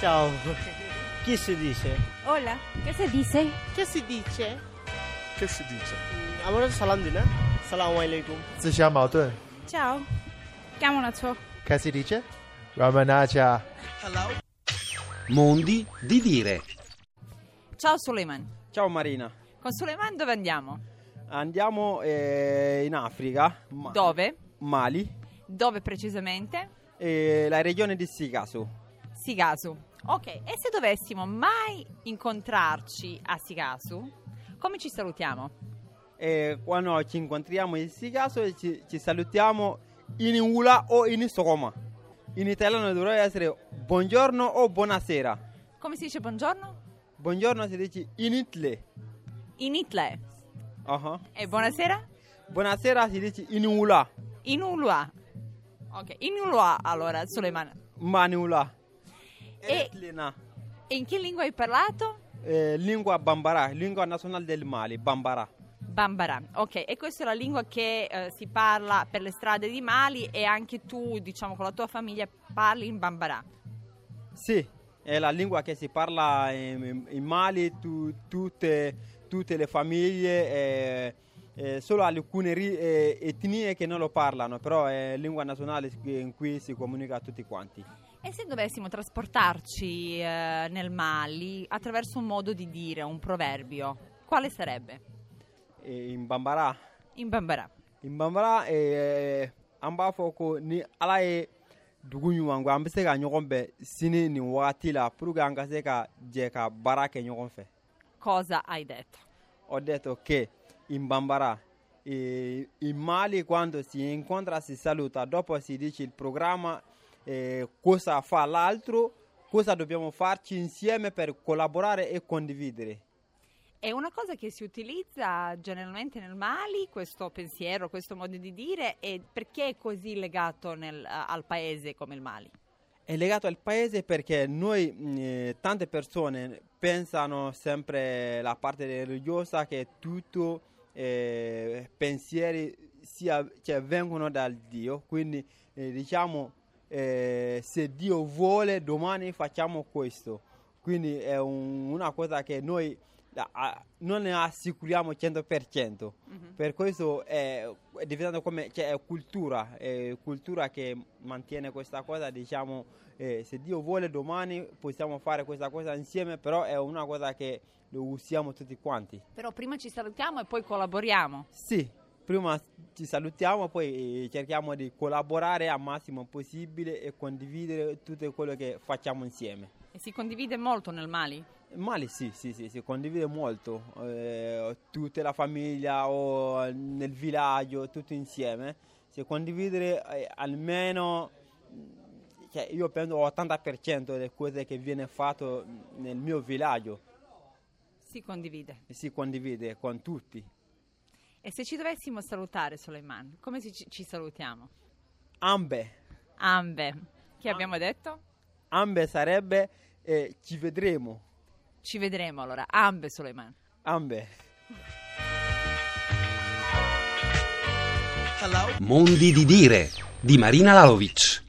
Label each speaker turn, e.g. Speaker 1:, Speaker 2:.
Speaker 1: Ciao. Chi si dice?
Speaker 2: Hola, ¿qué se dice?
Speaker 3: Che si dice? Mm,
Speaker 4: Che si dice?
Speaker 1: আমরা তো সালাম দিই না সালাম আলাইকুম
Speaker 5: 自相矛盾。
Speaker 2: Ciao. Chiamo la ciò.
Speaker 5: Che si dice? Ramanaja.
Speaker 6: Mondi di dire.
Speaker 7: Ciao Suleiman.
Speaker 8: Ciao Marina.
Speaker 7: Con Suleiman dove andiamo?
Speaker 8: Andiamo eh, in Africa. Ma-
Speaker 7: Dove?
Speaker 8: Mali.
Speaker 7: Dove precisamente?
Speaker 8: E la regione di Sikasu.
Speaker 7: Sigasu. Ok, e se dovessimo mai incontrarci a Sigasu, come ci salutiamo?
Speaker 8: E quando ci incontriamo in Sikasu ci, ci salutiamo in Ula o in Soma. In italiano dovrebbe essere buongiorno o buonasera.
Speaker 7: Come si dice buongiorno?
Speaker 8: Buongiorno si dice in Itle.
Speaker 7: In Itle.
Speaker 8: Ah.
Speaker 7: E buonasera?
Speaker 8: Buonasera si dice in Ula.
Speaker 7: In Ulua. Ok, in Ulua allora, Suleiman.
Speaker 8: Manula.
Speaker 7: E-
Speaker 8: Itlina.
Speaker 7: E in che lingua hai parlato?
Speaker 8: Eh, lingua Bambara, lingua nazionale del Mali, Bambara.
Speaker 7: Bambara. Ok, e questa è la lingua che eh, si parla per le strade di Mali e anche tu, diciamo, con la tua famiglia parli in Bambara.
Speaker 8: Sì, è la lingua che si parla in, in Mali, tu- tutte, tutte le famiglie, eh, eh, solo alcune ri- eh, etnie che non lo parlano, però è lingua nazionale in cui si comunica a tutti quanti.
Speaker 7: E se dovessimo trasportarci eh, nel Mali attraverso un modo di dire, un proverbio, quale sarebbe?
Speaker 8: E in Bambara,
Speaker 7: In Bambara.
Speaker 8: in Bambara eh, an b'a fɔ ko ni ala ye dugu ɲuman kɛ, an bɛ se ka ɲɔgɔn bɛn sini nin wagati la puruke an ka se ka jɛ ka baara kɛ ɲɔgɔn fɛ.
Speaker 7: Cosa hai detto?
Speaker 8: ho detto che in Bambara eh, in Mali quando si incontra si saluta, dopo si dice il programma, eh, cosa fa l'altro, cosa dobbiamo farci insieme per collaborare e condividere.
Speaker 7: È una cosa che si utilizza generalmente nel Mali, questo pensiero, questo modo di dire, e perché è così legato nel- a- al paese come il Mali?
Speaker 8: È legato al paese perché noi, mh, eh, tante persone pensano sempre la parte religiosa che tutto eh, pensieri sia, cioè, vengono dal Dio, quindi eh, diciamo eh, se Dio vuole domani facciamo questo, quindi è un- una cosa che noi la- a- non ne assicuriamo 100%.
Speaker 7: Mhm.
Speaker 8: Per questo è, è diventato come cioè, è cultura, è cultura che mantiene questa cosa, diciamo, eh, se Dio vuole domani possiamo fare questa cosa insieme, però è una cosa che lo usiamo tutti quanti.
Speaker 7: Però prima ci salutiamo e poi collaboriamo.
Speaker 8: Sì, prima ci salutiamo, poi eh, cerchiamo di collaborare al massimo possibile e condividere tutto quello che facciamo insieme.
Speaker 7: E si condivide molto nel Mali?
Speaker 8: Mali sì, sì, sì, si condivide molto, eh, tutta la famiglia o nel villaggio, tutti insieme, si condividere eh, almeno, mm, cioè, io penso 80% delle cose che viene fatto mm, nel mio villaggio,
Speaker 7: Si condivide.
Speaker 8: si condivide con tutti.
Speaker 7: E se ci dovessimo salutare, Suleiman, come si- ci, ci salutiamo?
Speaker 8: Ambe,
Speaker 7: Ambe. Che abbiamo detto?
Speaker 8: ambe sarebbe eh, ci vedremo,
Speaker 7: Ci vedremo allora. Ambe, Suleiman.
Speaker 8: ambe.
Speaker 6: Mondi di dire. Di Marina Lalovic.